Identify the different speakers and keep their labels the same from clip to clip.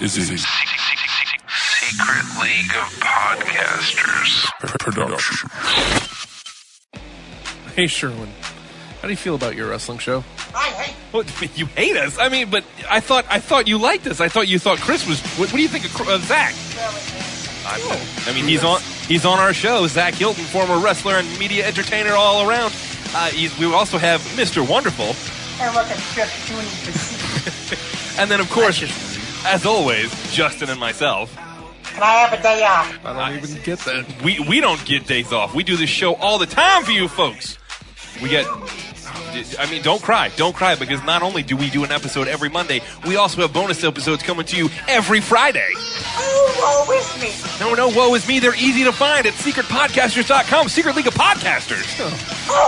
Speaker 1: is a
Speaker 2: Secret League of Podcasters.
Speaker 1: production.
Speaker 3: Hey, Sherwin, how do you feel about your wrestling show?
Speaker 4: I hate
Speaker 3: What, you hate us? I mean, but I thought I thought you liked us. I thought you thought Chris was. What, what do you think of, Cr- of Zach? I, I mean, he's on he's on our show. Zach Hilton, former wrestler and media entertainer all around. Uh, he's, we also have Mr. Wonderful,
Speaker 4: and look at Jeff doing the seat.
Speaker 3: and then of course, as always, Justin and myself.
Speaker 4: Can I have a day off?
Speaker 3: I don't even get that. We we don't get days off. We do this show all the time for you folks. We get. I mean, don't cry, don't cry, because not only do we do an episode every Monday, we also have bonus episodes coming to you every Friday.
Speaker 4: Oh, woe is me.
Speaker 3: No, no, woe is me. They're easy to find at secretpodcasters.com, Secret League of Podcasters.
Speaker 4: Oh,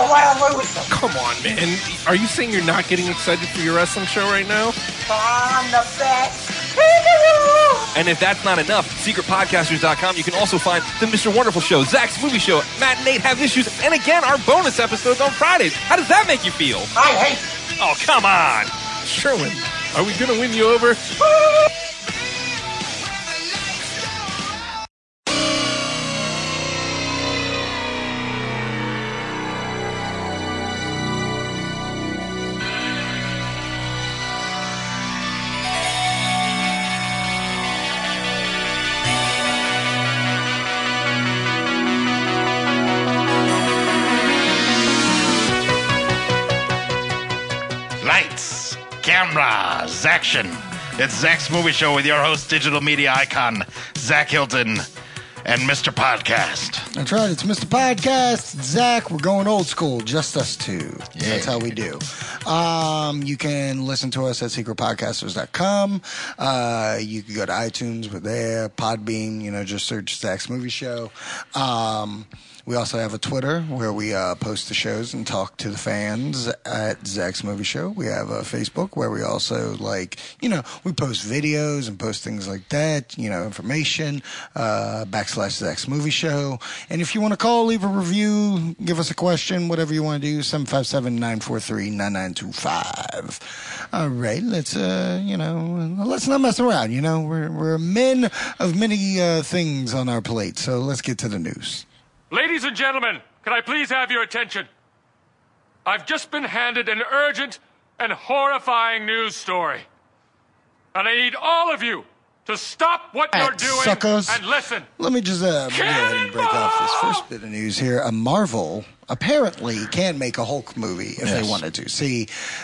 Speaker 4: what a loser.
Speaker 3: Come on, man. Are you saying you're not getting excited for your wrestling show right now?
Speaker 4: I'm the best. Peek-a-boo.
Speaker 3: And if that's not enough, secretpodcasters.com, you can also find the Mr. Wonderful Show, Zach's Movie Show, Matt and Nate Have Issues, and again, our bonus episodes on Fridays. How does that make you feel?
Speaker 4: I hate
Speaker 3: Oh, come on. Sherwin, are we going to win you over?
Speaker 5: Lights, cameras, action. It's Zach's Movie Show with your host, digital media icon, Zach Hilton, and Mr. Podcast.
Speaker 6: That's right. It's Mr. Podcast. It's Zach, we're going old school, just us two. That's how we do. Um, you can listen to us at secretpodcasters.com. Uh, you can go to iTunes, we're there. Podbean, you know, just search Zach's Movie Show. Um, we also have a Twitter where we uh, post the shows and talk to the fans at Zach's Movie Show. We have a Facebook where we also like, you know, we post videos and post things like that, you know, information, uh, backslash Zach's Movie Show. And if you want to call, leave a review, give us a question, whatever you want to do, 757-943-9925. All right. Let's, uh, you know, let's not mess around. You know, we're, we're men of many uh, things on our plate. So let's get to the news.
Speaker 7: Ladies and gentlemen, can I please have your attention? I've just been handed an urgent and horrifying news story. And I need all of you to stop what you're
Speaker 6: Act
Speaker 7: doing
Speaker 6: suckers.
Speaker 7: and listen.
Speaker 6: Let me just uh, go ahead and break off this
Speaker 7: Cannonball!
Speaker 6: first bit of news here. A Marvel apparently can make a Hulk movie if they wanted to. See,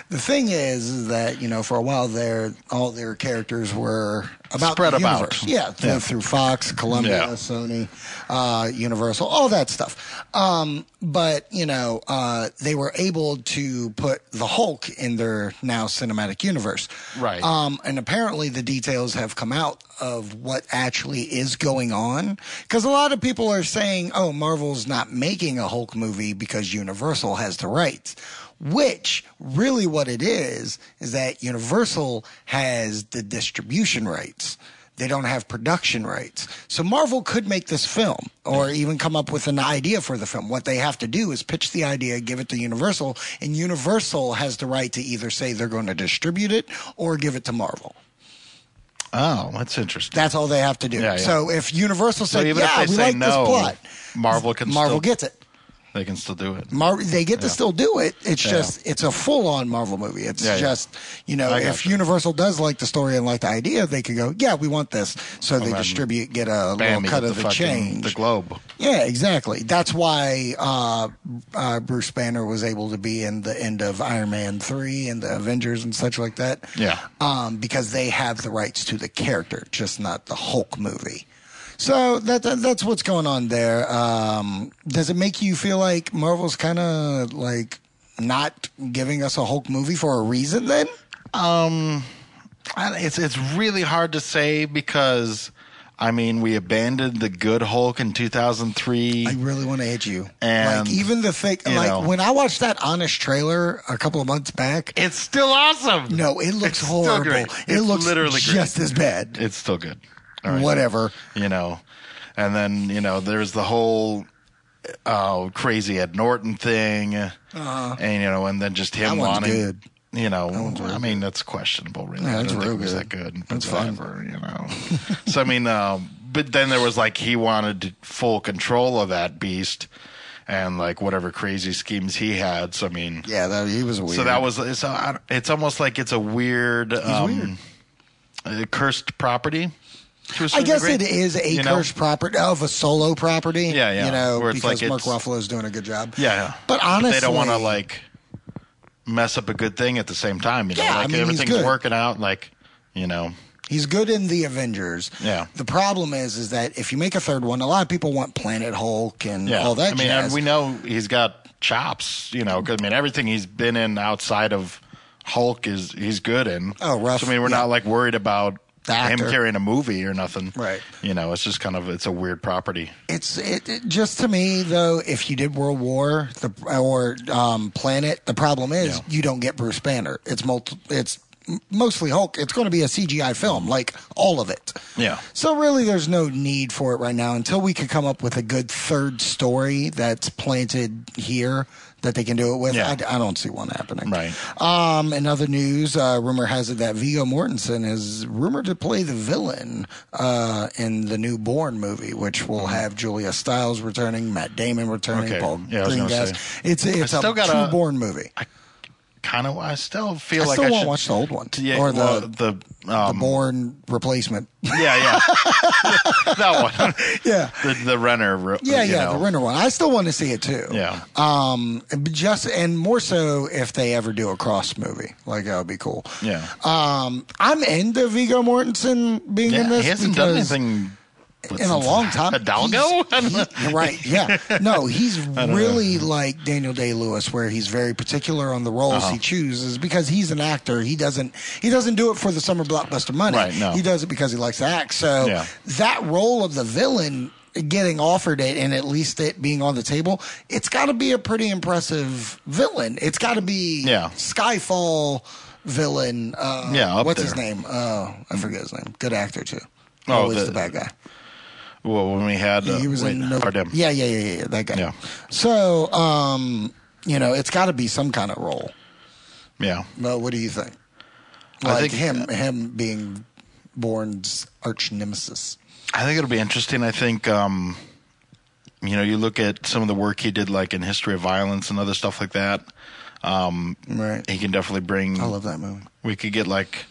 Speaker 6: the thing is is that you know for a while there, all their characters were about
Speaker 5: Spread
Speaker 6: the
Speaker 5: about.
Speaker 6: universe. yeah, through, through Fox, Columbia,
Speaker 5: Yeah.
Speaker 6: Sony, uh, Universal, all that stuff. Um, but you know, uh, they were able to put the Hulk in their now cinematic universe,
Speaker 5: Right.
Speaker 6: Um, and apparently, the details have come out of what actually is going on, because a lot of people are saying, "Oh, Marvel's not making a Hulk movie because Universal has the rights." Which really what it is is that Universal has the distribution rights. They don't have production rights. So Marvel could make this film or even come up with an idea for the film. What they have to do is pitch the idea, give it to Universal, and Universal has the right to either say they're going to distribute it or give it to Marvel.
Speaker 5: Oh, that's interesting.
Speaker 6: That's all they have to do.
Speaker 5: Yeah, yeah.
Speaker 6: So if Universal
Speaker 5: So
Speaker 6: said,
Speaker 5: even if
Speaker 6: yeah,
Speaker 5: they
Speaker 6: we
Speaker 5: say
Speaker 6: like
Speaker 5: no,
Speaker 6: this plot,
Speaker 5: Marvel can
Speaker 6: Marvel
Speaker 5: still-
Speaker 6: gets it.
Speaker 5: They can still do it.
Speaker 6: Mar- they get to
Speaker 5: Yeah.
Speaker 6: still do it. It's
Speaker 5: Yeah.
Speaker 6: just it's a full on Marvel movie. It's
Speaker 5: Yeah, yeah.
Speaker 6: just you know
Speaker 5: I
Speaker 6: if
Speaker 5: gotcha.
Speaker 6: Universal does like the story and like the idea, they could go yeah we want this. So they
Speaker 5: then
Speaker 6: distribute get a
Speaker 5: Bam,
Speaker 6: little
Speaker 5: you
Speaker 6: cut
Speaker 5: get
Speaker 6: of the,
Speaker 5: fucking-
Speaker 6: change.
Speaker 5: The globe.
Speaker 6: yeah, exactly. That's why uh, uh, Bruce Banner was able to be in the end of Iron Man three and the Avengers and such like that.
Speaker 5: Yeah.
Speaker 6: um, because they have the rights to the character, just not the Hulk movie. So that, that that's what's going on there. Um, does it make you feel like Marvel's kind of like not giving us a Hulk movie for a reason? Then
Speaker 5: I, it's it's really hard to say because I mean we abandoned the good Hulk in 2003.
Speaker 6: I really want to hit you.
Speaker 5: And,
Speaker 6: like even the thing,
Speaker 5: you
Speaker 6: like
Speaker 5: know.
Speaker 6: when I watched that honest trailer a couple of months back.
Speaker 5: it's still awesome.
Speaker 6: No, it looks
Speaker 5: It's still
Speaker 6: horrible.
Speaker 5: great.
Speaker 6: It
Speaker 5: It's
Speaker 6: looks
Speaker 5: literally great.
Speaker 6: just as bad.
Speaker 5: It's still good. All right.
Speaker 6: Whatever.
Speaker 5: you know. And then, you know, there's the whole uh, crazy Ed Norton thing. And, you know, and then just
Speaker 6: Uh-huh. That
Speaker 5: him
Speaker 6: one's
Speaker 5: wanting.
Speaker 6: good.
Speaker 5: you know, I mean, that's questionable, really.
Speaker 6: Yeah,
Speaker 5: I
Speaker 6: that's
Speaker 5: don't think
Speaker 6: real
Speaker 5: it was
Speaker 6: good.
Speaker 5: that good. but
Speaker 6: That's fun.
Speaker 5: whatever, You know. so I mean, um, but then there was like he wanted full control of that beast, and like whatever crazy schemes he had. So I mean,
Speaker 6: Yeah, that, he was weird.
Speaker 5: so that was it's uh, it's almost like it's a weird, um, uh, cursed property. to a
Speaker 6: I
Speaker 5: certain
Speaker 6: guess
Speaker 5: degree,
Speaker 6: it is a
Speaker 5: you know?
Speaker 6: cursed property of a solo property.
Speaker 5: Yeah, yeah.
Speaker 6: You know,
Speaker 5: Where it's
Speaker 6: because
Speaker 5: like
Speaker 6: Mark
Speaker 5: it's-
Speaker 6: Ruffalo's doing a good job.
Speaker 5: Yeah, yeah.
Speaker 6: But honestly,
Speaker 5: they don't want to like mess up a good thing at the same time. You know,
Speaker 6: Yeah, I
Speaker 5: like
Speaker 6: mean, he's
Speaker 5: everything's
Speaker 6: good.
Speaker 5: working out. Like you know,
Speaker 6: He's good in the Avengers.
Speaker 5: Yeah.
Speaker 6: The problem is, is that if you make a third one, a lot of people want Planet Hulk and
Speaker 5: yeah.
Speaker 6: all that
Speaker 5: I mean,
Speaker 6: jazz.
Speaker 5: and we know he's got chops. You know, 'cause, I mean, everything he's been in outside of Hulk is he's good in.
Speaker 6: Oh, rough,
Speaker 5: So, I mean, we're
Speaker 6: yeah.
Speaker 5: not like worried about
Speaker 6: The
Speaker 5: him
Speaker 6: actor.
Speaker 5: carrying a movie or nothing.
Speaker 6: Right.
Speaker 5: You know, it's just kind of it's a weird property.
Speaker 6: It's it, it- just to me though. If you did World War the or um, Planet, the problem is
Speaker 5: Yeah.
Speaker 6: you don't get Bruce Banner. It's multi, It's m- mostly Hulk. It's going to be a CGI film, like all of it.
Speaker 5: Yeah.
Speaker 6: So really, there's no need for it right now until we could come up with a good third story that's planted here that they can do it with.
Speaker 5: Yeah.
Speaker 6: I, I don't see one happening.
Speaker 5: Right.
Speaker 6: Um, in other news, uh, rumor has it that Vigo Mortensen is rumored to play the villain uh, in the new Bourne movie, which will have Julia Stiles returning, Matt Damon returning,
Speaker 5: Mm-hmm. Okay.
Speaker 6: Paul
Speaker 5: Yeah, I was gonna
Speaker 6: Greengrass.
Speaker 5: say.
Speaker 6: It's it's
Speaker 5: I
Speaker 6: a
Speaker 5: still gotta-
Speaker 6: true Bourne movie. I,
Speaker 5: Kind of. I still feel like
Speaker 6: still
Speaker 5: I
Speaker 6: won't
Speaker 5: should
Speaker 6: watch the old one
Speaker 5: Yeah,
Speaker 6: or the
Speaker 5: well, the
Speaker 6: the
Speaker 5: um,
Speaker 6: Bourne replacement.
Speaker 5: Yeah, yeah. that one.
Speaker 6: yeah.
Speaker 5: The the Renner. ru-
Speaker 6: Yeah,
Speaker 5: you
Speaker 6: yeah,
Speaker 5: know.
Speaker 6: the Renner one. I still want to see it too.
Speaker 5: Yeah.
Speaker 6: Um, just and more so if they ever do a cross movie, like that would be cool.
Speaker 5: Yeah.
Speaker 6: Um, I'm into Vigo Mortensen being in
Speaker 5: yeah
Speaker 6: this.
Speaker 5: he hasn't done
Speaker 6: because-
Speaker 5: anything
Speaker 6: in a long time.
Speaker 5: Hidalgo?
Speaker 6: He's- right. Yeah. No, he's really like Daniel Day Lewis, where he's very particular on the roles
Speaker 5: Uh-huh.
Speaker 6: he chooses because he's an actor. He doesn't he doesn't do it for the summer blockbuster money.
Speaker 5: Right, no.
Speaker 6: He does it because he likes to act. So
Speaker 5: Yeah.
Speaker 6: that role of the villain getting offered it and at least it being on the table, it's gotta be a pretty impressive villain. It's gotta be
Speaker 5: Yeah.
Speaker 6: Skyfall villain uh
Speaker 5: Yeah, up
Speaker 6: what's his
Speaker 5: there.
Speaker 6: name? Oh, I forget his name. Good actor too.
Speaker 5: Oh,
Speaker 6: Always
Speaker 5: the-
Speaker 6: the bad guy.
Speaker 5: well, when we had uh,
Speaker 6: He was
Speaker 5: wait,
Speaker 6: in no,
Speaker 5: Hardem.
Speaker 6: Yeah, yeah, yeah, yeah, yeah, that guy.
Speaker 5: Yeah.
Speaker 6: So, um, you know, it's got to be some kind of role.
Speaker 5: yeah,
Speaker 6: But what do you think?
Speaker 5: I
Speaker 6: Like
Speaker 5: think- uh,
Speaker 6: him, him being Bourne's arch nemesis.
Speaker 5: I think it'll be interesting. I think um, you know you look at some of the work he did, like in History of Violence and other stuff like that. Um,
Speaker 6: Right.
Speaker 5: he can definitely bring.
Speaker 6: I love that movie.
Speaker 5: We could get like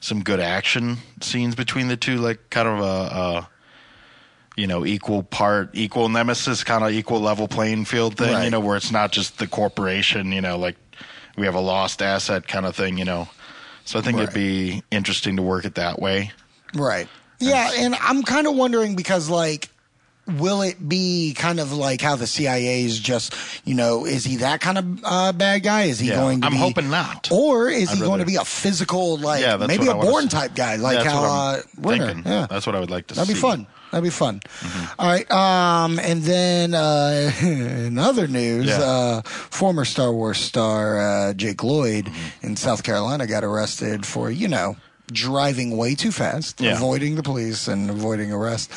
Speaker 5: some good action scenes between the two, like kind of a, a you know equal part, equal nemesis, kind of equal level playing field thing.
Speaker 6: Right.
Speaker 5: You know, where it's not just the corporation. You know, like we have a lost asset kind of thing. You know, so I think it'd
Speaker 6: Right.
Speaker 5: be interesting to work it that way.
Speaker 6: Right. Yeah, and I'm kind of wondering because like will it be kind of like how the CIA is just, you know, is he that kind of uh, bad guy? Is he
Speaker 5: Yeah,
Speaker 6: going to
Speaker 5: I'm
Speaker 6: be-
Speaker 5: hoping not.
Speaker 6: Or is
Speaker 5: I'd
Speaker 6: he going
Speaker 5: rather-
Speaker 6: to be a physical like
Speaker 5: Yeah, that's
Speaker 6: maybe
Speaker 5: what
Speaker 6: a
Speaker 5: I wanna
Speaker 6: born
Speaker 5: see.
Speaker 6: type guy like
Speaker 5: That's
Speaker 6: how
Speaker 5: what
Speaker 6: uh
Speaker 5: I'm
Speaker 6: Renner.
Speaker 5: thinking.
Speaker 6: Yeah.
Speaker 5: That's what I would like to
Speaker 6: That'd
Speaker 5: see. Mm-hmm.
Speaker 6: be fun. That'd be fun. All right. Um, and then uh, in other news,
Speaker 5: Yeah.
Speaker 6: uh, former Star Wars star uh, Jake Lloyd
Speaker 5: Mm-hmm.
Speaker 6: in South Carolina got arrested for, you know, driving way too fast,
Speaker 5: Yeah.
Speaker 6: avoiding the police and avoiding arrest.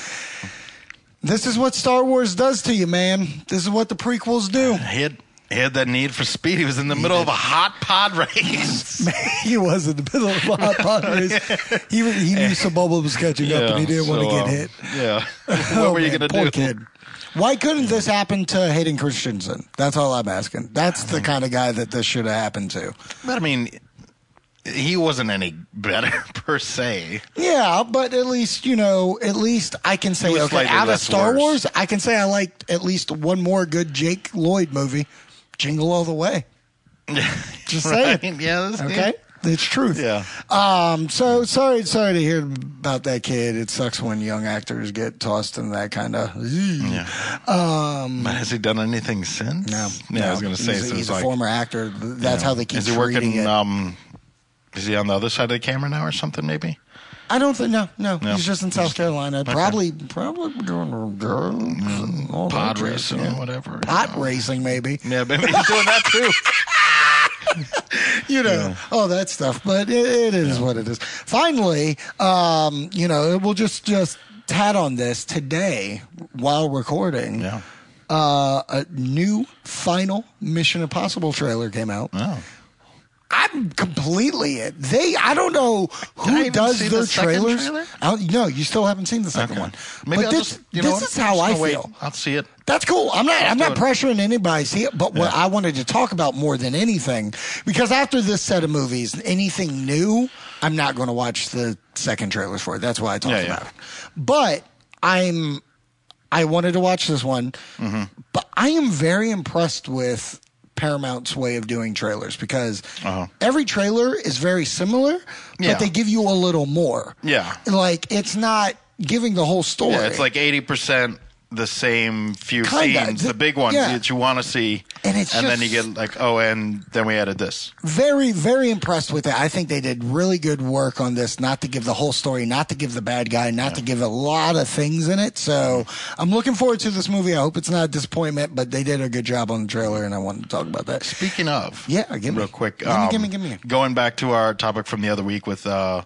Speaker 6: This is what Star Wars does to you, man. This is what the prequels do.
Speaker 5: He had he had that need for speed. He was in the middle of a hot pod race.
Speaker 6: he was in the middle of a hot pot race. He, was- he knew some bubble was catching up and he didn't want to
Speaker 5: um,
Speaker 6: get hit.
Speaker 5: Yeah. what
Speaker 6: Oh,
Speaker 5: were you
Speaker 6: man,
Speaker 5: going to
Speaker 6: poor
Speaker 5: do?
Speaker 6: Kid. Why couldn't this happen to Hayden Christensen? That's all I'm asking. That's the
Speaker 5: Mm-hmm.
Speaker 6: kind of guy that this should have happened to.
Speaker 5: But I mean, he wasn't any better per se.
Speaker 6: Yeah, but at least you know. At least I can say
Speaker 5: was
Speaker 6: okay.
Speaker 5: slightly
Speaker 6: Out of
Speaker 5: less
Speaker 6: Star
Speaker 5: worse.
Speaker 6: Wars, I can say I liked at least one more good Jake Lloyd movie, Jingle All the Way. Just saying.
Speaker 5: Yeah. that's-
Speaker 6: Okay. It's truth.
Speaker 5: Yeah.
Speaker 6: Um. So sorry, sorry to hear about that kid. It sucks when young actors get tossed in that kind of.
Speaker 5: Mm. Yeah. Um, but has he done anything since?
Speaker 6: No,
Speaker 5: Yeah, I was going to say.
Speaker 6: he's,
Speaker 5: so
Speaker 6: a, he's
Speaker 5: it's
Speaker 6: a
Speaker 5: like,
Speaker 6: former actor. That's how they keep
Speaker 5: is he
Speaker 6: treating
Speaker 5: working?
Speaker 6: it.
Speaker 5: Um, is he on the other side of the camera now or something? Maybe.
Speaker 6: I don't think no, no,
Speaker 5: No.
Speaker 6: He's just in South Carolina. Probably, probably doing drugs and all
Speaker 5: Pod
Speaker 6: that jazz,
Speaker 5: racing
Speaker 6: yeah.
Speaker 5: or whatever. you
Speaker 6: Pot
Speaker 5: know.
Speaker 6: racing, maybe.
Speaker 5: Yeah, maybe he's doing that too.
Speaker 6: you know, all that stuff. But it, it is what it is. Finally, um, you know, we'll just just tat on this today while recording.
Speaker 5: Yeah. Uh-huh.
Speaker 6: Uh, a new final Mission Impossible trailer came out.
Speaker 5: Oh.
Speaker 6: I'm completely it. They, I don't know
Speaker 5: I
Speaker 6: who
Speaker 5: even
Speaker 6: does
Speaker 5: see
Speaker 6: their
Speaker 5: the second
Speaker 6: trailers.
Speaker 5: trailer?
Speaker 6: I don't- no, you still haven't seen the second one.
Speaker 5: Maybe
Speaker 6: but
Speaker 5: I'll
Speaker 6: this,
Speaker 5: just, you know
Speaker 6: this
Speaker 5: what?
Speaker 6: is
Speaker 5: I'm
Speaker 6: how
Speaker 5: just
Speaker 6: I
Speaker 5: gonna wait.
Speaker 6: feel.
Speaker 5: I'll see it.
Speaker 6: That's cool. I'm not. I'm not
Speaker 5: do it.
Speaker 6: pressuring anybody to see it, but what I wanted to talk about more than anything, because after this set of movies, anything new, I'm not going to watch the second trailers for it. That's why I talked
Speaker 5: Yeah, yeah.
Speaker 6: about it. But I'm. I wanted to watch this one,
Speaker 5: Mm-hmm.
Speaker 6: but I am very impressed with Paramount's way of doing trailers because every trailer is very similar,
Speaker 5: Uh-huh. Yeah.
Speaker 6: but they give you a little more.
Speaker 5: Yeah.
Speaker 6: like it's not giving the whole story.
Speaker 5: Yeah, it's like eighty percent the same few
Speaker 6: Kinda.
Speaker 5: scenes, the big ones
Speaker 6: Yeah.
Speaker 5: that you want to see,
Speaker 6: And it's
Speaker 5: then you
Speaker 6: just-
Speaker 5: get like, oh, and then we added this.
Speaker 6: very, very impressed with it. I think they did really good work on this, not to give the whole story, not to give the bad guy, not to give a lot of things in it. So I'm looking forward to this movie. I hope it's not a disappointment, but they did a good job on the trailer, and I wanted to talk about that.
Speaker 5: Speaking of,
Speaker 6: Yeah, give me.
Speaker 5: real quick. um,
Speaker 6: Give me, give me, give me.
Speaker 5: Going back to our topic from the other week with uh,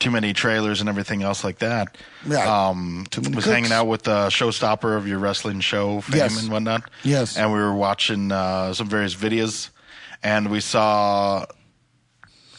Speaker 5: too many trailers and everything else like that.
Speaker 6: Yeah.
Speaker 5: Um,
Speaker 6: Too many
Speaker 5: was
Speaker 6: cooks.
Speaker 5: hanging out with the showstopper of your wrestling show fame
Speaker 6: Yes.
Speaker 5: and whatnot.
Speaker 6: Yes.
Speaker 5: And we were watching uh, some various videos, and we saw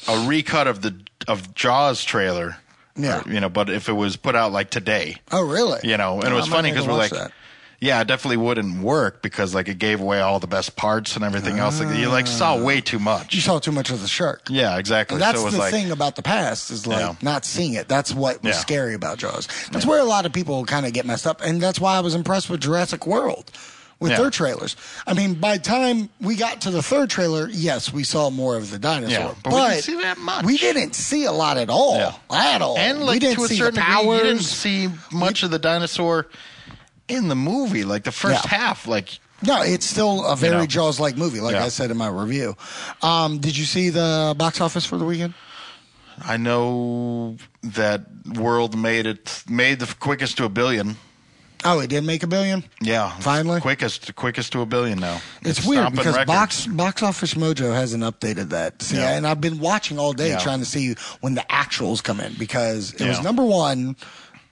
Speaker 5: a recut of the of Jaws trailer.
Speaker 6: Yeah.
Speaker 5: Or, you know, but if it was put out like today,
Speaker 6: Oh, really?
Speaker 5: you know, and
Speaker 6: Oh,
Speaker 5: it
Speaker 6: I
Speaker 5: was
Speaker 6: might
Speaker 5: funny
Speaker 6: need to
Speaker 5: because we're like,
Speaker 6: watch that.
Speaker 5: yeah, it definitely wouldn't work because like it gave away all the best parts and everything else. Like you like saw way too much.
Speaker 6: you saw too much of the shark.
Speaker 5: Yeah, exactly.
Speaker 6: And that's
Speaker 5: so it was
Speaker 6: the
Speaker 5: like,
Speaker 6: thing about the past is like
Speaker 5: Yeah.
Speaker 6: not seeing it. That's what was
Speaker 5: Yeah.
Speaker 6: scary about Jaws. That's where a lot of people kind of get messed up, and that's why I was impressed with Jurassic World with
Speaker 5: Yeah.
Speaker 6: their trailers. I mean, by the time we got to the third trailer, yes, we saw more of the dinosaur,
Speaker 5: Yeah,
Speaker 6: but,
Speaker 5: but we didn't see that much.
Speaker 6: We didn't see a lot at all,
Speaker 5: Yeah.
Speaker 6: at all.
Speaker 5: and like
Speaker 6: we didn't
Speaker 5: to a
Speaker 6: see
Speaker 5: certain
Speaker 6: the
Speaker 5: degree,
Speaker 6: powers.
Speaker 5: you didn't see much of the dinosaur in the movie. Like the first
Speaker 6: Yeah.
Speaker 5: half, like
Speaker 6: no, it's still a very
Speaker 5: know.
Speaker 6: Jaws like movie, like
Speaker 5: Yeah.
Speaker 6: I said in my review. Um, did you see the box office for the weekend?
Speaker 5: I know that world made it made the quickest to a billion.
Speaker 6: Oh, it did make a billion.
Speaker 5: Yeah,
Speaker 6: Finally?
Speaker 5: quickest quickest to a billion now.
Speaker 6: It's, weird
Speaker 5: stomping
Speaker 6: because
Speaker 5: records.
Speaker 6: box box office mojo hasn't updated that. See,
Speaker 5: Yeah.
Speaker 6: and I've been watching all day
Speaker 5: Yeah.
Speaker 6: trying to see when the actuals come in because it was
Speaker 5: Yeah.
Speaker 6: number one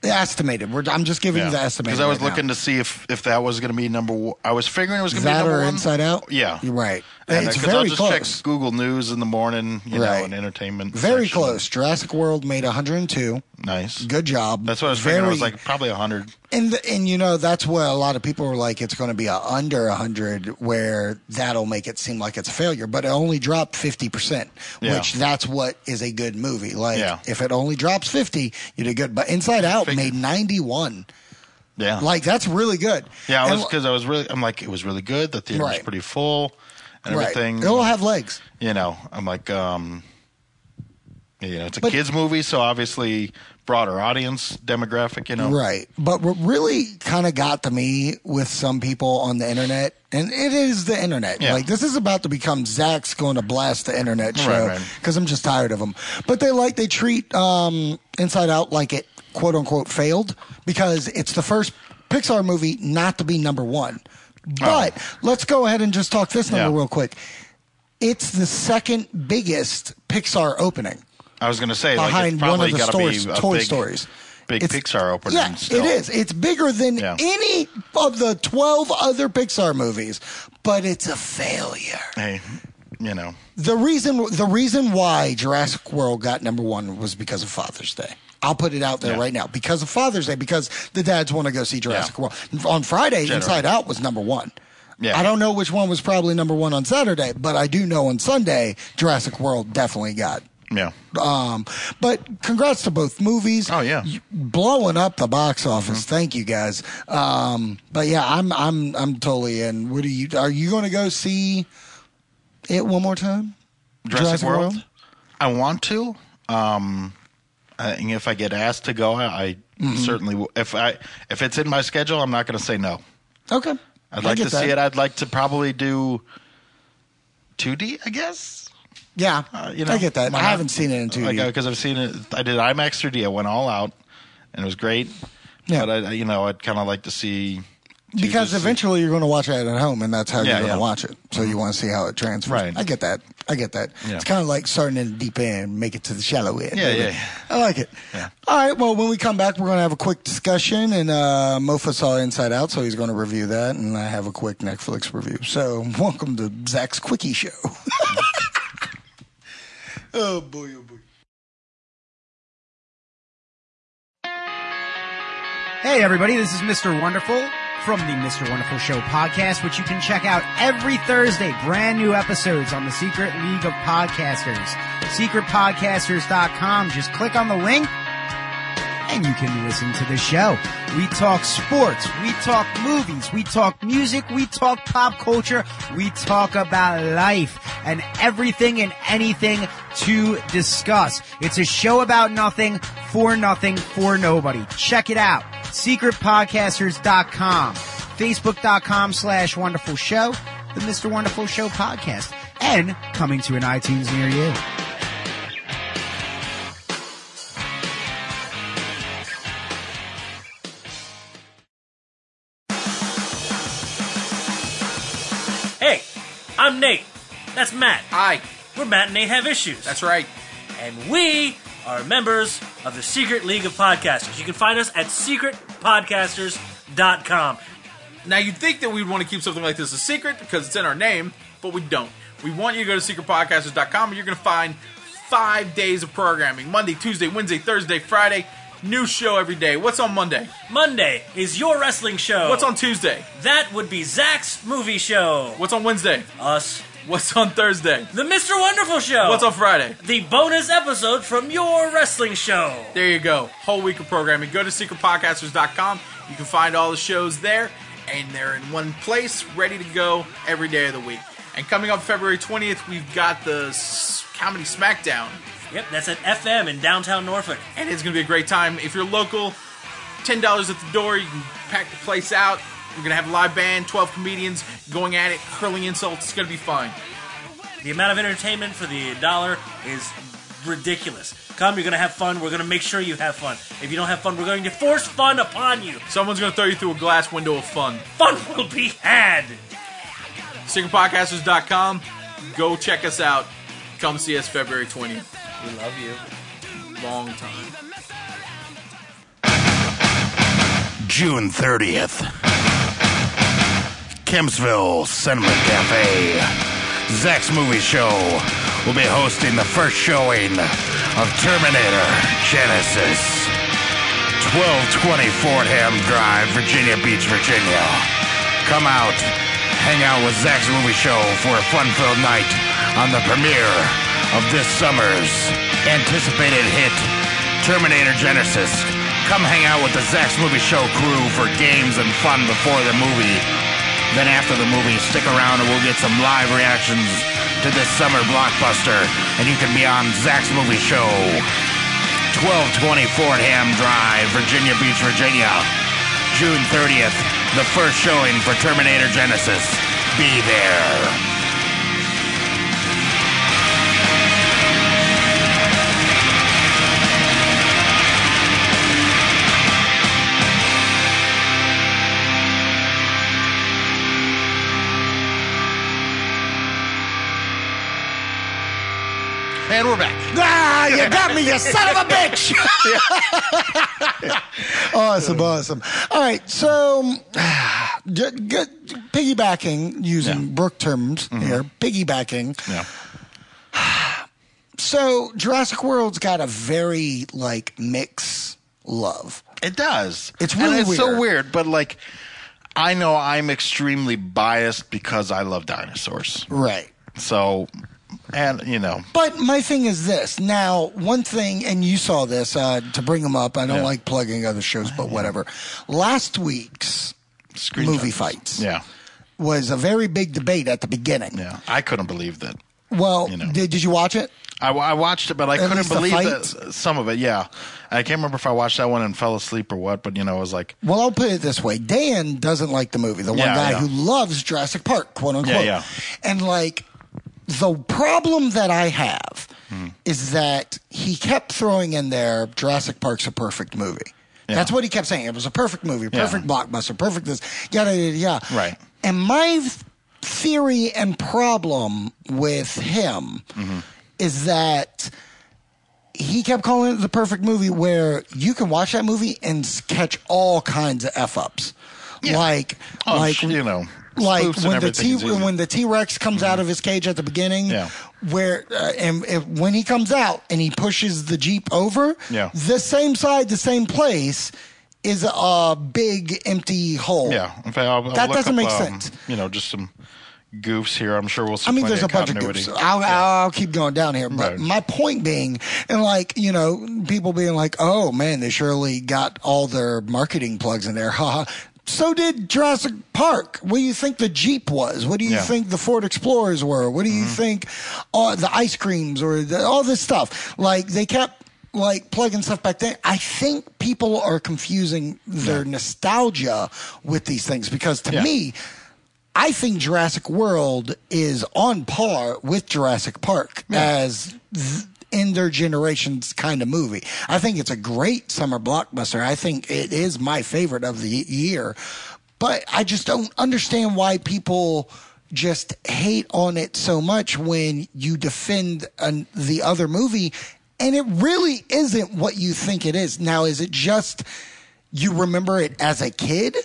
Speaker 6: the estimated. We're, I'm just giving
Speaker 5: Yeah.
Speaker 6: you the estimated
Speaker 5: Because I was
Speaker 6: right
Speaker 5: looking
Speaker 6: now.
Speaker 5: to see if if that was going to be number. one. I was figuring it was going to be
Speaker 6: that
Speaker 5: number
Speaker 6: or
Speaker 5: one.
Speaker 6: Inside Out.
Speaker 5: Yeah.
Speaker 6: you're right.
Speaker 5: And
Speaker 6: it's
Speaker 5: 'cause I'll
Speaker 6: very
Speaker 5: just
Speaker 6: close.
Speaker 5: check Google News in the morning, you
Speaker 6: Right.
Speaker 5: know, and entertainment.
Speaker 6: Very
Speaker 5: section.
Speaker 6: close. Jurassic World made 102.
Speaker 5: Nice.
Speaker 6: Good job.
Speaker 5: That's what I was
Speaker 6: very,
Speaker 5: figuring. I was like, probably hundred.
Speaker 6: And and you know that's where a lot of people are like it's going to be a under hundred where that'll make it seem like it's a failure, but it only dropped fifty percent,
Speaker 5: Yeah.
Speaker 6: which that's what is a good movie. Like
Speaker 5: Yeah.
Speaker 6: if it only drops fifty, you did good. But Inside Out
Speaker 5: Figure.
Speaker 6: made ninety one,
Speaker 5: Yeah.
Speaker 6: like that's really good.
Speaker 5: yeah, I
Speaker 6: And-
Speaker 5: was because I was really. I'm like, it was really good. The theater was
Speaker 6: Right.
Speaker 5: pretty full, and
Speaker 6: right.
Speaker 5: everything.
Speaker 6: It'll have legs.
Speaker 5: you know, I'm like, um, you know, it's a
Speaker 6: But-
Speaker 5: kids movie, so obviously broader audience demographic. You know,
Speaker 6: Right. But what really kind of got to me with some people on the internet, and it is the internet.
Speaker 5: Yeah.
Speaker 6: Like, this is about to become Zach's going to blast the internet
Speaker 5: Right,
Speaker 6: show
Speaker 5: right.
Speaker 6: because I'm just tired of them. But they like, they treat um, Inside Out like it quote unquote failed because it's the first Pixar movie not to be number one. But let's go ahead and just talk this number
Speaker 5: Oh. Yeah.
Speaker 6: real quick. It's the second biggest Pixar opening
Speaker 5: I was going to say, like,
Speaker 6: behind
Speaker 5: it's
Speaker 6: one
Speaker 5: probably
Speaker 6: of the
Speaker 5: got to
Speaker 6: stories,
Speaker 5: be a
Speaker 6: Toy
Speaker 5: big,
Speaker 6: Stories.
Speaker 5: big
Speaker 6: It's-
Speaker 5: Pixar opening.
Speaker 6: Yeah,
Speaker 5: still.
Speaker 6: it is. It's bigger than
Speaker 5: Yeah.
Speaker 6: any of the twelve other Pixar movies, but it's a failure.
Speaker 5: Hey, you know,
Speaker 6: The reason the reason why Jurassic World got number one was because of Father's Day. I'll put it out there
Speaker 5: Yeah.
Speaker 6: right now because of Father's Day because the dads want to go see Jurassic
Speaker 5: Yeah.
Speaker 6: World on Friday.
Speaker 5: Generally.
Speaker 6: Inside Out was number one.
Speaker 5: Yeah.
Speaker 6: I don't know which one was probably number one on Saturday, but I do know on Sunday Jurassic World definitely got
Speaker 5: yeah,
Speaker 6: um, but congrats to both movies.
Speaker 5: Oh, yeah. Mm-hmm.
Speaker 6: Y- blowing up the box office. Thank you guys. Um, but yeah, I'm I'm I'm totally in. What are you? Are you going to go see it one more time?
Speaker 5: Jurassic,
Speaker 6: Jurassic
Speaker 5: World?
Speaker 6: World?
Speaker 5: I want to. Um, I think if I get asked to go, I, I
Speaker 6: Mm-hmm.
Speaker 5: certainly will. If I if it's in my schedule, I'm not going to say no.
Speaker 6: Okay,
Speaker 5: I'd
Speaker 6: I
Speaker 5: like
Speaker 6: get
Speaker 5: to
Speaker 6: that.
Speaker 5: see it. I'd like to probably do 2D, I guess.
Speaker 6: Yeah,
Speaker 5: Uh, you know,
Speaker 6: I get that.
Speaker 5: why
Speaker 6: I
Speaker 5: not?
Speaker 6: haven't seen it in two
Speaker 5: Like,
Speaker 6: years.
Speaker 5: because I've seen it. I did IMAX 3D. I went all out, and it was great.
Speaker 6: Yeah.
Speaker 5: But I, I- you know, I'd kind of like to see to
Speaker 6: Because
Speaker 5: just see-
Speaker 6: eventually you're going to watch it at home, and that's how
Speaker 5: Yeah,
Speaker 6: you're going to
Speaker 5: yeah.
Speaker 6: watch it. So you want to see how it transfers.
Speaker 5: Right.
Speaker 6: I get that. I get that.
Speaker 5: Yeah.
Speaker 6: It's kind of like starting in the deep end, make it to the shallow end.
Speaker 5: Yeah, yeah, yeah.
Speaker 6: I like it.
Speaker 5: Yeah.
Speaker 6: All right. Well, when we come back, we're going to have a quick discussion, and uh, Mofa saw Inside Out, so he's going to review that, and I have a quick Netflix review. So welcome to Zach's Quickie Show. Oh boy, oh boy.
Speaker 1: Hey everybody, this is Mr. Wonderful from the Mr. Wonderful Show podcast, which you can check out every Thursday. Brand new episodes on the Secret League of Podcasters. Secretpodcasters.com. Just click on the link and you can listen to the show. We talk sports, we talk movies, we talk music, we talk pop culture, we talk about life and everything and anything to discuss. It's a show about nothing, for nothing, for nobody. Check it out. Secretpodcasters.com, facebook.com slash wonderful show, the Mr. Wonderful Show podcast, and coming to an iTunes near you.
Speaker 8: Hey, I'm Nate. That's Matt.
Speaker 9: Hi,
Speaker 8: We're Matt and Nate Have Issues.
Speaker 9: that's right.
Speaker 8: And we are members of the Secret League of Podcasters. You can find us at secretpodcasters.com.
Speaker 9: Now, you'd think that we'd want to keep something like this a secret because it's in our name, but we don't. We want you to go to secretpodcasters.com and you're going to find five days of programming Monday, Tuesday, Wednesday, Thursday, Friday. New show every day. What's on Monday?
Speaker 8: Monday is your wrestling show.
Speaker 9: What's on Tuesday?
Speaker 8: That would be Zach's movie show.
Speaker 9: What's on Wednesday?
Speaker 8: Us.
Speaker 9: What's on Thursday?
Speaker 8: The Mr. Wonderful show.
Speaker 9: What's on Friday?
Speaker 8: The bonus episode from your wrestling show.
Speaker 9: There you go. Whole week of programming. Go to secretpodcasters.com. You can find all the shows there, and they're in one place, ready to go every day of the week. And coming up February 20th, we've got the S- Comedy SmackDown,
Speaker 8: Yep, that's at FM in downtown Norfolk.
Speaker 9: and it's going to be a great time. If you're local, $10 at the door, you can pack the place out. We're going to have a live band, 12 comedians going at it, curling insults. It's going to be fun.
Speaker 8: The amount of entertainment for the dollar is ridiculous. Come, you're going to have fun. We're going to make sure you have fun. If you don't have fun, we're going to force fun upon you.
Speaker 9: Someone's going to throw you through a glass window of fun.
Speaker 8: Fun will be had.
Speaker 9: SingerPodcasters.com. Go check us out. Come see us February 20th. We love you. Long time.
Speaker 5: June 30th. Kempsville Cinema Cafe. Zach's Movie Show will be hosting the first showing of Terminator Genesis. 1220 Fordham Drive, Virginia Beach, Virginia. Come out, hang out with Zach's Movie Show for a fun-filled night on the premiere of this summer's anticipated hit, Terminator Genesis. Come hang out with the Zach's Movie Show crew for games and fun before the movie. Then after the movie, stick around and we'll get some live reactions to this summer blockbuster, and you can be on Zach's Movie Show 1220 Fordham Drive, Virginia Beach, Virginia. June 30th, the first showing for Terminator Genesis. Be there. And we're back.
Speaker 6: Ah, you got me, you son of a bitch! awesome, awesome. All right, so j- g- piggybacking, using Brooke terms here, piggybacking.
Speaker 5: Yeah.
Speaker 6: So Jurassic World's got a very like mix love.
Speaker 5: It does.
Speaker 6: It's really
Speaker 5: and it's so
Speaker 6: weird.
Speaker 5: weird, but like, I know I'm extremely biased because I love dinosaurs.
Speaker 6: Right.
Speaker 5: So, and you know,
Speaker 6: But my thing is this. Now, one thing, and you saw this uh, to bring them up. I don't
Speaker 5: Yeah.
Speaker 6: like plugging other shows, but whatever. Last week's
Speaker 5: screen
Speaker 6: movie
Speaker 5: junkies.
Speaker 6: fights
Speaker 5: Yeah,
Speaker 6: was a very big debate at the beginning.
Speaker 5: yeah. I couldn't believe that.
Speaker 6: Well,
Speaker 5: You know.
Speaker 6: did, did you watch it?
Speaker 5: I, I watched it, but I couldn't
Speaker 6: least the
Speaker 5: believe
Speaker 6: fights?
Speaker 5: that some of it. Yeah, I can't remember if I watched that one and fell asleep or what. But you know, it was like,
Speaker 6: Well, I'll put it this way: Dan doesn't like the movie. The one
Speaker 5: Yeah,
Speaker 6: guy
Speaker 5: yeah.
Speaker 6: who loves Jurassic Park, quote unquote.
Speaker 5: yeah.
Speaker 6: And like the problem that I have
Speaker 5: Hmm.
Speaker 6: is that he kept throwing in there Jurassic Park's a perfect movie.
Speaker 5: Yeah.
Speaker 6: That's what he kept saying. It was a perfect movie,
Speaker 5: Yeah.
Speaker 6: perfect blockbuster, perfect this, yada yada yada.
Speaker 5: Right.
Speaker 6: And my th- theory and problem with him
Speaker 5: Mm-hmm.
Speaker 6: is that he kept calling it the perfect movie where you can watch that movie and s- catch all kinds of f ups. Like,
Speaker 5: oh,
Speaker 6: like
Speaker 5: sh- you know,
Speaker 6: like
Speaker 10: spoofs
Speaker 6: when
Speaker 10: and
Speaker 6: the
Speaker 10: everything
Speaker 6: T
Speaker 10: is easy.
Speaker 6: when the T Rex comes out of his cage at the beginning,
Speaker 10: Yeah.
Speaker 6: where uh, and, and when he comes out and he pushes the jeep over,
Speaker 10: Yeah.
Speaker 6: the same side, the same place is a big empty hole.
Speaker 10: Yeah, in fact, I'll, I'll
Speaker 6: That
Speaker 10: look
Speaker 6: doesn't
Speaker 10: up,
Speaker 6: make
Speaker 10: um,
Speaker 6: sense.
Speaker 10: You know, just some goofs here. I'm sure we'll see.
Speaker 6: I mean,
Speaker 10: plenty
Speaker 6: there's a bunch of
Speaker 10: continuity.
Speaker 6: groups. I'll, I'll keep going down here, but
Speaker 10: Right.
Speaker 6: my point being, and like you know, people being like, "Oh man, they surely got all their marketing plugs in there." Haha. So did Jurassic Park. What do you think the Jeep was? What do you
Speaker 10: Yeah. Mm-hmm.
Speaker 6: think the Ford Explorers were? What do you think all the ice creams or the, all this stuff? Like they kept like plugging stuff back then. I think people are confusing their nostalgia with these things because to
Speaker 10: Yeah.
Speaker 6: me, I think Jurassic World is on par with Jurassic Park as th- in their generation's kind of movie. I think it's a great summer blockbuster. I think it is my favorite of the y- year, but I just don't understand why people just hate on it so much when you defend an, the other movie and it really isn't what you think it is. Now, is it just you remember it as a kid?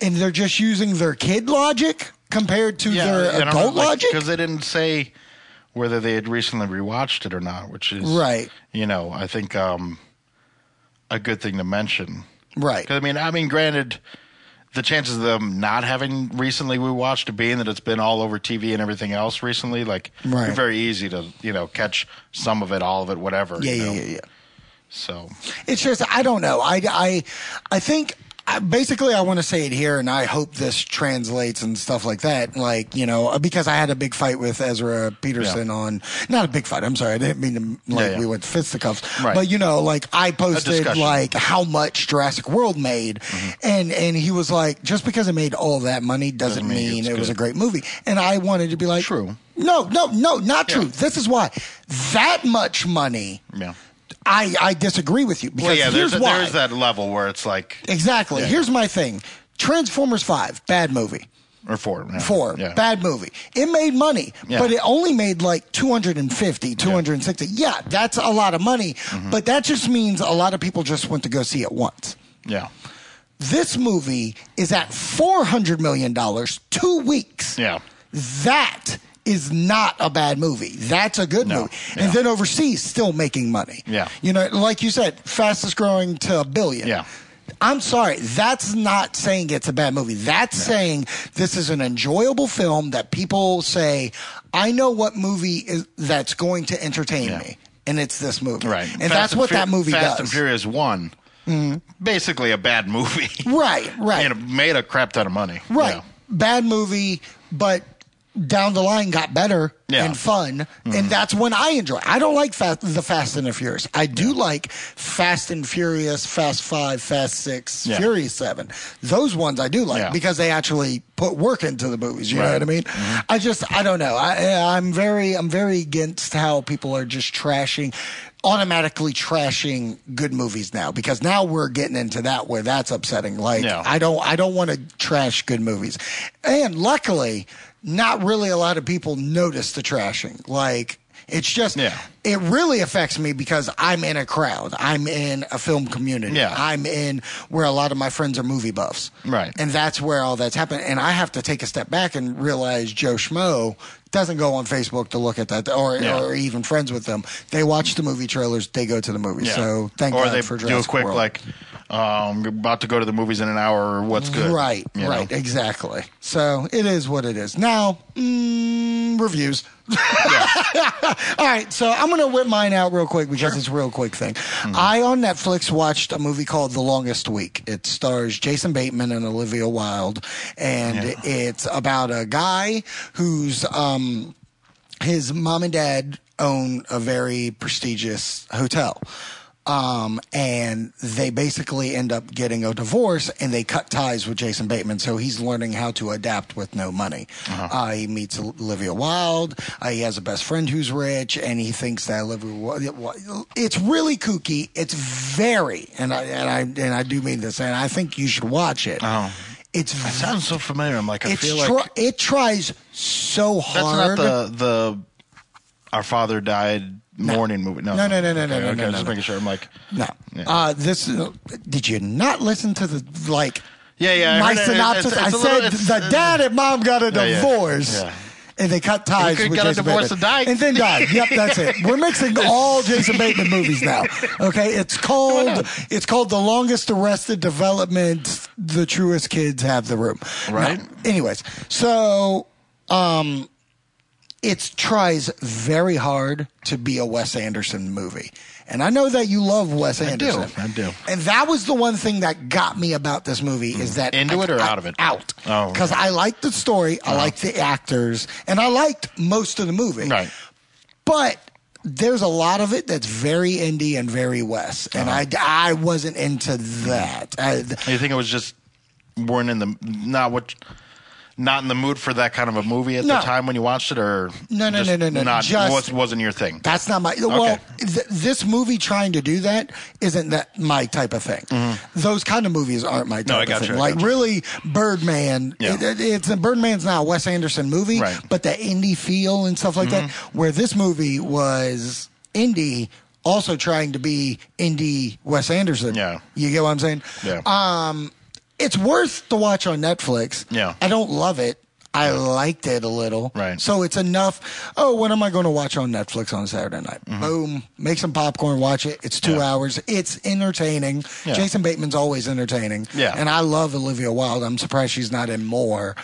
Speaker 6: and they're just using their kid logic compared to their adult logic.
Speaker 10: because they didn't say whether they had recently rewatched it or not, which is
Speaker 6: Right.
Speaker 10: You know, I think um, a good thing to mention.
Speaker 6: Right.
Speaker 10: 'Cause, I mean, I mean, granted, the chances of them not having recently rewatched it, being that it's been all over TV and everything else recently, like
Speaker 6: Right.
Speaker 10: you're very easy to you know catch some of it, all of it, whatever.
Speaker 6: Yeah,
Speaker 10: you
Speaker 6: yeah,
Speaker 10: know?
Speaker 6: yeah, yeah.
Speaker 10: So
Speaker 6: It's just I don't know. I I I think I, basically I want to say it here, and I hope this translates and stuff like that. Like you know, uh, because I had a big fight with Ezra Peterson
Speaker 10: Yeah.
Speaker 6: on not a big fight. I'm sorry, I didn't mean to like
Speaker 10: Yeah, yeah.
Speaker 6: we went fisticuffs,
Speaker 10: Right.
Speaker 6: but you know, like I posted
Speaker 10: discussion. Mm-hmm.
Speaker 6: like how much Jurassic World made, and and he was like, just because it made all that money
Speaker 10: Doesn't
Speaker 6: doesn't,
Speaker 10: mean
Speaker 6: mean,
Speaker 10: it's
Speaker 6: it was
Speaker 10: good.
Speaker 6: a great movie. And I wanted to be like,
Speaker 10: True.
Speaker 6: No, no, no, not true. This is why that much money.
Speaker 10: yeah.
Speaker 6: I, I disagree with you because
Speaker 10: Well, yeah,
Speaker 6: here's
Speaker 10: there's, a,
Speaker 6: why.
Speaker 10: there's that level where it's like,
Speaker 6: Exactly. Here's my thing. Transformers 5, bad movie.
Speaker 10: or four, yeah.
Speaker 6: 4,
Speaker 10: yeah.
Speaker 6: bad movie. It made money,
Speaker 10: Yeah.
Speaker 6: but it only made like 250, 260. Yeah, that's a lot of money,
Speaker 10: Mm-hmm.
Speaker 6: but that just means a lot of people just went to go see it once.
Speaker 10: yeah,
Speaker 6: This movie is at $400 million, two weeks.
Speaker 10: yeah,
Speaker 6: That is not a bad movie. That's a good
Speaker 10: No.
Speaker 6: movie.
Speaker 10: Yeah.
Speaker 6: And then overseas, still making money.
Speaker 10: Yeah.
Speaker 6: You know, like you said, fastest growing to a billion.
Speaker 10: Yeah.
Speaker 6: I'm sorry, that's not saying it's a bad movie. That's saying this is an enjoyable film that people say, I know what movie is that's going to entertain
Speaker 10: Yeah.
Speaker 6: me. And it's this movie.
Speaker 10: right.
Speaker 6: And
Speaker 10: Fast
Speaker 6: that's what
Speaker 10: Fu-
Speaker 6: that movie
Speaker 10: Fast
Speaker 6: does.
Speaker 10: and Furious One, basically a bad movie.
Speaker 6: Right, right.
Speaker 10: And it made a crap ton of money.
Speaker 6: Right.
Speaker 10: Yeah.
Speaker 6: Bad movie, but down the line got better
Speaker 10: Yeah. Mm-hmm.
Speaker 6: and fun. And that's when I enjoy. I don't like fast, the Fast and the Furious. I do like Fast and Furious, Fast Five, Fast Six,
Speaker 10: Yeah.
Speaker 6: Furious Seven. Those ones I do like
Speaker 10: Yeah.
Speaker 6: because they actually put work into the movies. You know
Speaker 10: Right. Mm-hmm.
Speaker 6: what I mean? I just I don't know. I I'm very I'm very against how people are just trashing. Automatically trashing good movies now because now we're getting into that where that's upsetting. Like
Speaker 10: Yeah.
Speaker 6: I don't I don't want to trash good movies. And luckily, not really a lot of people notice the trashing. Like it's just
Speaker 10: Yeah.
Speaker 6: it really affects me because I'm in a crowd. I'm in a film community.
Speaker 10: Yeah.
Speaker 6: I'm in where a lot of my friends are movie buffs.
Speaker 10: Right.
Speaker 6: And that's where all that's happened. And I have to take a step back and realize Joe Schmo doesn't go on Facebook to look at that or,
Speaker 10: Yeah.
Speaker 6: or even friends with them. They watch the movie trailers, they go to the movies.
Speaker 10: Yeah.
Speaker 6: So thank
Speaker 10: or
Speaker 6: God
Speaker 10: they
Speaker 6: for
Speaker 10: do a
Speaker 6: Jurassic
Speaker 10: quick
Speaker 6: World.
Speaker 10: like, um, you're about to go to the movies in an hour. Or what's good?
Speaker 6: Right,
Speaker 10: you know?
Speaker 6: right, exactly. So it is what it is. Now, mm, reviews. All right, so I'm going to whip mine out real quick because it's a real quick thing.
Speaker 10: Mm-hmm.
Speaker 6: I on Netflix watched a movie called The Longest Week. It stars Jason Bateman and Olivia Wilde, and it's about a guy who's um, his mom and dad own a very prestigious hotel. Um, and they basically end up getting a divorce and they cut ties with Jason Bateman. So he's learning how to adapt with no money.
Speaker 10: Uh-huh.
Speaker 6: uh he meets Olivia Wilde. Uh, he has a best friend who's rich and he thinks that Olivia Wilde, it's really kooky. It's very, and I, and I, and I do mean this and I think you should watch it.
Speaker 10: Oh.
Speaker 6: It's,
Speaker 10: That sounds so familiar. I'm like, I
Speaker 6: it's
Speaker 10: feel
Speaker 6: try-
Speaker 10: like
Speaker 6: it tries so
Speaker 10: that's not
Speaker 6: hard.
Speaker 10: the the Our Father Died morning movie. No,
Speaker 6: No, no, no, no, no,
Speaker 10: Okay,
Speaker 6: no,
Speaker 10: okay,
Speaker 6: no,
Speaker 10: I'm just
Speaker 6: no. uh,
Speaker 10: making sure. I'm like,
Speaker 6: No.
Speaker 10: Yeah.
Speaker 6: Uh, this did you not listen to the like
Speaker 5: Yeah, yeah. I
Speaker 6: my
Speaker 5: heard it.
Speaker 6: synopsis.
Speaker 5: It's- it's
Speaker 6: I
Speaker 5: a little-
Speaker 6: said
Speaker 5: it's-
Speaker 6: the
Speaker 5: it's-
Speaker 6: dad and mom got a
Speaker 5: Yeah, yeah.
Speaker 6: divorce.
Speaker 5: Yeah.
Speaker 6: And they cut ties.
Speaker 5: could
Speaker 6: with
Speaker 5: got a
Speaker 6: Jason
Speaker 5: divorce
Speaker 6: Bateman.
Speaker 5: and died.
Speaker 6: then died. Yep, that's it. We're mixing all Jason Bateman movies now. Okay, it's called it's called the longest arrested development. The truest kids have the room.
Speaker 5: Right.
Speaker 6: Now, anyways, so um, it tries very hard to be a Wes Anderson movie. And I know that you love Wes
Speaker 5: do.
Speaker 6: Anderson.
Speaker 5: I do.
Speaker 6: And that was the one thing that got me about this movie is that
Speaker 5: Mm. Into it or out of it?
Speaker 6: Out.
Speaker 5: Oh,
Speaker 6: Because I liked the story, I liked the actors, and I liked most of the movie.
Speaker 5: Right.
Speaker 6: But there's a lot of it that's very indie and very Wes, and
Speaker 5: Uh-huh.
Speaker 6: I, I wasn't into that. I,
Speaker 5: You think it was just weren't in the not what not in the mood for that kind of a movie at
Speaker 6: No.
Speaker 5: the time when you watched it, or
Speaker 6: No, no,
Speaker 5: just
Speaker 6: no, no, no,
Speaker 5: not
Speaker 6: just-
Speaker 5: was, wasn't your thing.
Speaker 6: That's not my. Well, th- this movie trying to do that isn't that my type of thing. Those kind of movies aren't my type
Speaker 5: Mm-hmm. I
Speaker 6: of
Speaker 5: gotcha,
Speaker 6: thing.
Speaker 5: I
Speaker 6: Like
Speaker 5: gotcha.
Speaker 6: really, Birdman.
Speaker 5: Yeah.
Speaker 6: It, it- it's Birdman's not a Wes Anderson movie,
Speaker 5: Right. Mm-hmm.
Speaker 6: but the indie feel and stuff like that. Where this movie was indie, also trying to be indie Wes Anderson.
Speaker 5: Yeah.
Speaker 6: you get what I'm saying?
Speaker 5: Yeah.
Speaker 6: Um, it's worth the watch on Netflix.
Speaker 5: Yeah.
Speaker 6: I don't love it. I liked it a little.
Speaker 5: Right.
Speaker 6: So it's enough. Oh, what am I going to watch on Netflix on Saturday night? Boom. Make some popcorn, watch it. It's two
Speaker 5: Mm-hmm. Yeah.
Speaker 6: hours. It's entertaining.
Speaker 5: Yeah.
Speaker 6: Jason Bateman's always entertaining.
Speaker 5: Yeah.
Speaker 6: And I love Olivia Wilde. I'm surprised she's not in more.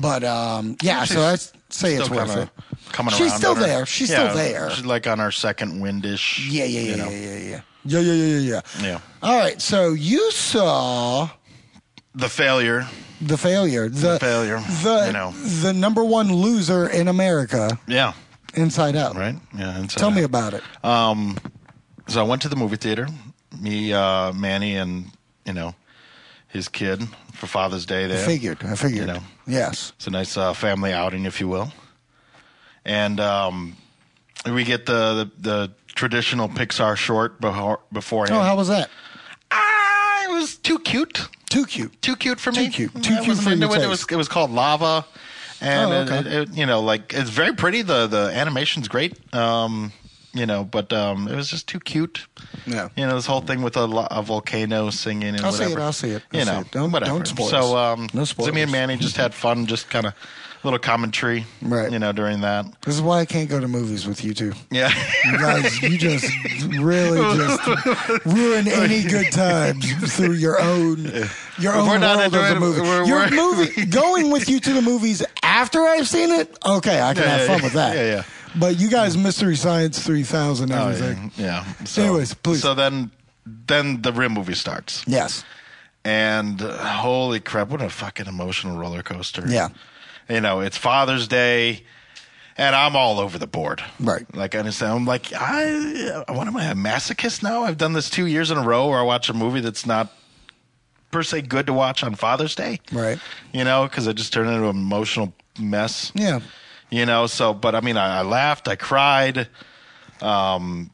Speaker 6: But um, yeah, so I s- say it's
Speaker 5: Mm-hmm. Still
Speaker 6: worth
Speaker 5: kinda
Speaker 6: it.
Speaker 5: Coming
Speaker 6: She's
Speaker 5: around
Speaker 6: still
Speaker 5: on her.
Speaker 6: there. She's still there.
Speaker 5: She's like on our second windish.
Speaker 6: Yeah, yeah,
Speaker 5: you
Speaker 6: yeah,
Speaker 5: know.
Speaker 6: yeah, yeah, yeah. Yeah, yeah, yeah, yeah, yeah.
Speaker 5: Yeah.
Speaker 6: All right. So you saw
Speaker 5: The failure.
Speaker 6: the failure. The,
Speaker 5: failure,
Speaker 6: Uh, The,
Speaker 5: you know.
Speaker 6: the number one loser in America,
Speaker 5: Yeah.
Speaker 6: Inside Out.
Speaker 5: Right. Yeah. and so-
Speaker 6: Tell me about it.
Speaker 5: So I went to the movie theater. Me, uh, Manny, and you know his kid for Father's Day.
Speaker 6: I
Speaker 5: There.
Speaker 6: figured. I figured.
Speaker 5: know.
Speaker 6: Yes.
Speaker 5: It's a nice uh, family outing, if you will. And um, we get the, the the traditional Pixar short behor- beforehand.
Speaker 6: Oh, how was that?
Speaker 5: ah, it was too cute.
Speaker 6: Too cute.
Speaker 5: Too cute for
Speaker 6: Too
Speaker 5: me.
Speaker 6: cute.
Speaker 5: I
Speaker 6: Too cute
Speaker 5: wasn't
Speaker 6: for
Speaker 5: into
Speaker 6: your
Speaker 5: it. It
Speaker 6: taste.
Speaker 5: was it was called Lava, and
Speaker 6: Oh,
Speaker 5: it-
Speaker 6: okay.
Speaker 5: it, it, you know, like it's very pretty. The the animation's great. Um, you know, but um, it was just too cute.
Speaker 6: Yeah.
Speaker 5: You know, this whole thing with a, lo- a volcano singing and
Speaker 6: I'll see it,
Speaker 5: whatever.
Speaker 6: I'll see it, I'll
Speaker 5: you
Speaker 6: see
Speaker 5: know,
Speaker 6: it. Don't-
Speaker 5: whatever.
Speaker 6: don't spoil
Speaker 5: So,
Speaker 6: us.
Speaker 5: um, so
Speaker 6: No
Speaker 5: me
Speaker 6: spoilers.
Speaker 5: and Manny just had fun, just kind of little commentary,
Speaker 6: Right.
Speaker 5: You know, during that.
Speaker 6: This is why I can't go to movies with you two.
Speaker 5: Yeah.
Speaker 6: You guys, you just really just ruin any good times through your own your own
Speaker 5: We're not
Speaker 6: world of
Speaker 5: enjoying
Speaker 6: the
Speaker 5: it.
Speaker 6: movie.
Speaker 5: We're-
Speaker 6: your
Speaker 5: we're-
Speaker 6: movie going with you to the movies after I've seen it. Okay, I can
Speaker 5: Yeah,
Speaker 6: have
Speaker 5: yeah,
Speaker 6: fun
Speaker 5: yeah.
Speaker 6: with that.
Speaker 5: Yeah, yeah.
Speaker 6: But you guys, Mystery Science three thousand,
Speaker 5: Oh,
Speaker 6: everything.
Speaker 5: yeah. yeah.
Speaker 6: Anyways, please.
Speaker 5: So then, then the real movie starts.
Speaker 6: Yes.
Speaker 5: and uh, holy crap, what a fucking emotional roller coaster.
Speaker 6: Yeah.
Speaker 5: You know, it's Father's Day, and I'm all over the board.
Speaker 6: Right.
Speaker 5: Like, I understand. I'm like, I, what am I, a masochist now? I've done this two years in a row where I watch a movie that's not per se good to watch on Father's Day.
Speaker 6: Right.
Speaker 5: You know, because I just turned into an emotional mess.
Speaker 6: Yeah.
Speaker 5: You know, so, but I mean, I, I laughed, I cried. Um,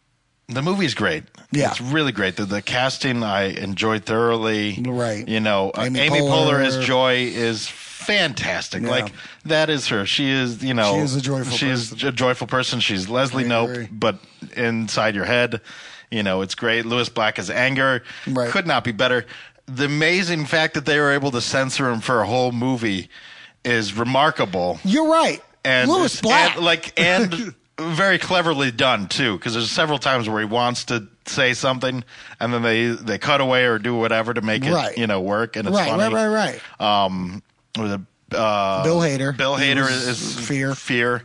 Speaker 5: the movie's great.
Speaker 6: Yeah.
Speaker 5: It's really great. The, the casting I enjoyed thoroughly.
Speaker 6: Right.
Speaker 5: You know, uh,
Speaker 6: Amy
Speaker 5: Amy, Poehler.
Speaker 6: Poehler.
Speaker 5: as Joy is fantastic.
Speaker 6: Yeah.
Speaker 5: Like that is her. She is, you know,
Speaker 6: She is a joyful
Speaker 5: she is a joyful person. She's Leslie
Speaker 6: I
Speaker 5: Nope,
Speaker 6: agree.
Speaker 5: but inside your head, you know, it's great. Lewis Black is anger.
Speaker 6: Right.
Speaker 5: Could not be better. The amazing fact that they were able to censor him for a whole movie is remarkable
Speaker 6: You're right.
Speaker 5: and
Speaker 6: Lewis Black.
Speaker 5: and, like and very cleverly done too because there's several times where he wants to say something and then they they cut away or do whatever to make it
Speaker 6: Right.
Speaker 5: you know work and it's
Speaker 6: right,
Speaker 5: funny
Speaker 6: right, right, right.
Speaker 5: um or the uh,
Speaker 6: Bill Hader.
Speaker 5: Bill
Speaker 6: He
Speaker 5: Hader
Speaker 6: was
Speaker 5: is
Speaker 6: Fear.
Speaker 5: fear,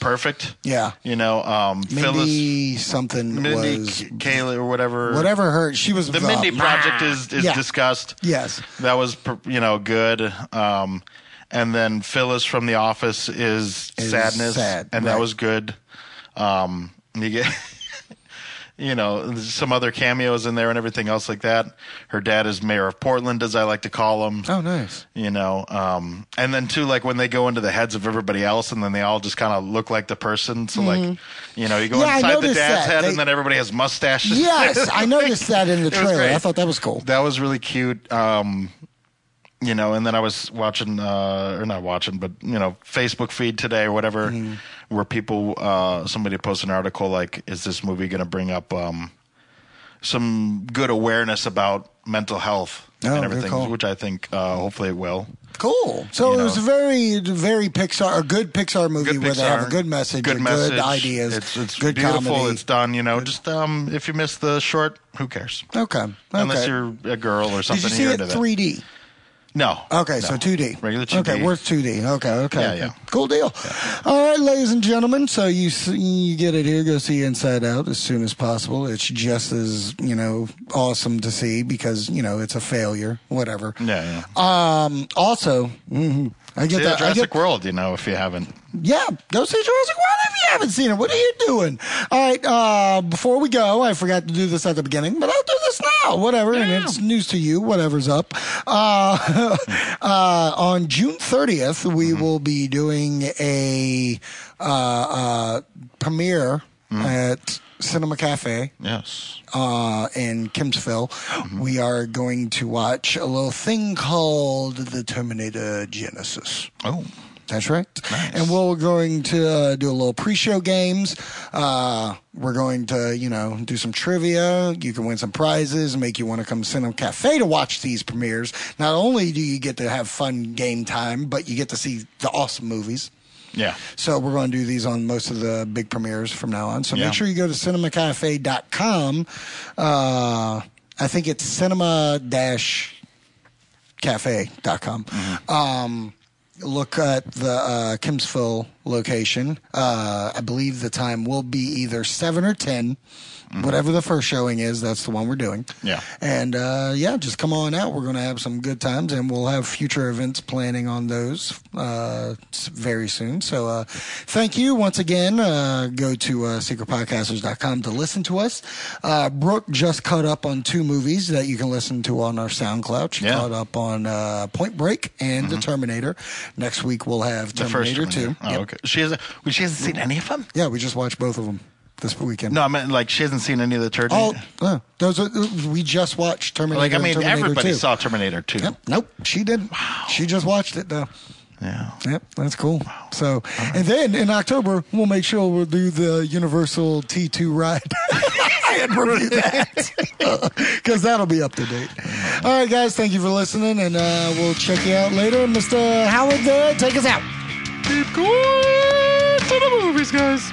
Speaker 5: perfect.
Speaker 6: Yeah.
Speaker 5: you know, um, Phyllis,
Speaker 6: Mindy something
Speaker 5: Mindy,
Speaker 6: was
Speaker 5: Kayla, or whatever,
Speaker 6: whatever her she was
Speaker 5: The Mindy project is is
Speaker 6: Yeah.
Speaker 5: discussed.
Speaker 6: Yes.
Speaker 5: that was pr- you know good. Um, and then Phyllis from The Office is,
Speaker 6: Is
Speaker 5: sadness,
Speaker 6: sad,
Speaker 5: and
Speaker 6: right.
Speaker 5: that was good. Um, you get. You know, there's some other cameos in there and everything else like that. Her dad is mayor of Portland, as I like to call him
Speaker 6: Oh nice.
Speaker 5: you know um and then too like when they go into the heads of everybody else and then they all just kind of look like the person so like you know you go
Speaker 6: Mm-hmm. Yeah, I
Speaker 5: inside the
Speaker 6: noticed
Speaker 5: dad's
Speaker 6: that.
Speaker 5: head
Speaker 6: They-
Speaker 5: and then everybody has mustaches
Speaker 6: Yes, I noticed that in the
Speaker 5: It was
Speaker 6: trailer.
Speaker 5: great.
Speaker 6: I thought that was cool.
Speaker 5: that was really cute um you know and then i was watching uh or not watching but you know facebook feed today or whatever
Speaker 6: Mm-hmm.
Speaker 5: where people uh somebody posted an article like is this movie going to bring up um
Speaker 10: some good awareness about mental health
Speaker 6: Oh,
Speaker 10: and
Speaker 6: good
Speaker 10: everything,
Speaker 6: call.
Speaker 10: which I think uh, hopefully it will.
Speaker 6: Cool. So
Speaker 10: You
Speaker 6: it was
Speaker 10: know.
Speaker 6: a very, very Pixar, a good Pixar movie
Speaker 10: Good
Speaker 6: where they have
Speaker 10: Pixar,
Speaker 6: a good message,
Speaker 10: good
Speaker 6: a
Speaker 10: message,
Speaker 6: good ideas,
Speaker 10: It's, it's
Speaker 6: good
Speaker 10: beautiful.
Speaker 6: comedy.
Speaker 10: It's done. You know, just um, if you miss the short, who cares?
Speaker 6: okay. okay.
Speaker 10: Unless you're a girl or
Speaker 6: Did
Speaker 10: something.
Speaker 6: you see
Speaker 10: you're
Speaker 6: it
Speaker 10: into that.
Speaker 6: 3D?
Speaker 10: No.
Speaker 6: Okay,
Speaker 10: No.
Speaker 6: so 2D.
Speaker 10: Regular 2D.
Speaker 6: Okay, worth 2D. Okay, okay.
Speaker 10: Yeah, yeah.
Speaker 6: Cool deal. All right, ladies and gentlemen, so you s- you get it here. Go see Inside Out as soon as possible. It's just as, you know, awesome to see because, you know, it's a failure, whatever.
Speaker 10: Yeah, yeah.
Speaker 6: Um, also, hmm I get
Speaker 10: See
Speaker 6: that. I
Speaker 10: Jurassic
Speaker 6: get,
Speaker 10: World, you know, if you haven't.
Speaker 6: yeah, go see Jurassic World if you haven't seen it. What are you doing? All right, uh, before we go, I forgot to do this at the beginning, but I'll do this now. Whatever, and it's news to you. Whatever's up. Uh, uh, on June 30th, we will be doing a uh, uh, premiere at Cinema Cafe
Speaker 10: Yes.
Speaker 6: uh, in Kimsville, we are going to watch a little thing called The Terminator Genesis.
Speaker 10: Oh.
Speaker 6: That's right.
Speaker 10: Nice.
Speaker 6: And we're going to uh, do a little pre-show games. Uh, we're going to, you know, do some trivia. You can win some prizes, make you want to come Cinema Cafe to watch these premieres. Not only do you get to have fun game time, but you get to see the awesome movies.
Speaker 10: Yeah.
Speaker 6: So we're going to do these on most of the big premieres from now on. So
Speaker 10: Yeah.
Speaker 6: make sure you go to cinemacafe.com. Uh, I think it's cinema dash cafe.com.
Speaker 10: Mm-hmm.
Speaker 6: Um, look at the uh, Kimsville location. Uh, I believe the time will be either 7 or 10. Whatever the first showing is, that's the one we're doing.
Speaker 10: Yeah.
Speaker 6: And uh, yeah, just come on out. We're going to have some good times and we'll have future events planning on those uh, s- very soon. So uh, thank you once again. Uh, go to uh, secretpodcasters.com to listen to us. Uh, Brooke just caught up on two movies that you can listen to on our SoundCloud. She
Speaker 10: Yeah. Mm-hmm.
Speaker 6: caught up on uh, Point Break and The Terminator. Next week we'll have
Speaker 10: The first
Speaker 6: Terminator 2.
Speaker 10: Terminator. Oh,
Speaker 6: Yep.
Speaker 10: okay. She hasn't, well, she hasn't seen any of them?
Speaker 6: Yeah, we just watched both of them this weekend.
Speaker 10: No, I meant like she hasn't seen any of the
Speaker 6: Oh,
Speaker 10: Terminator.
Speaker 6: uh, those are, we just watched Terminator.
Speaker 10: like, I
Speaker 6: and
Speaker 10: mean,
Speaker 6: Terminator
Speaker 10: everybody
Speaker 6: 2.
Speaker 10: saw Terminator 2.
Speaker 6: Yep. Nope. She didn't. She just watched it though.
Speaker 10: Yeah.
Speaker 6: Yep. That's cool. So, and then in October, we'll make sure we'll do the Universal T2 ride. and review that because that'll be up to date. All right, guys, thank you for listening, and uh, we'll check you out later. Mr. Howard, uh, take us out.
Speaker 10: Keep going to the movies, guys.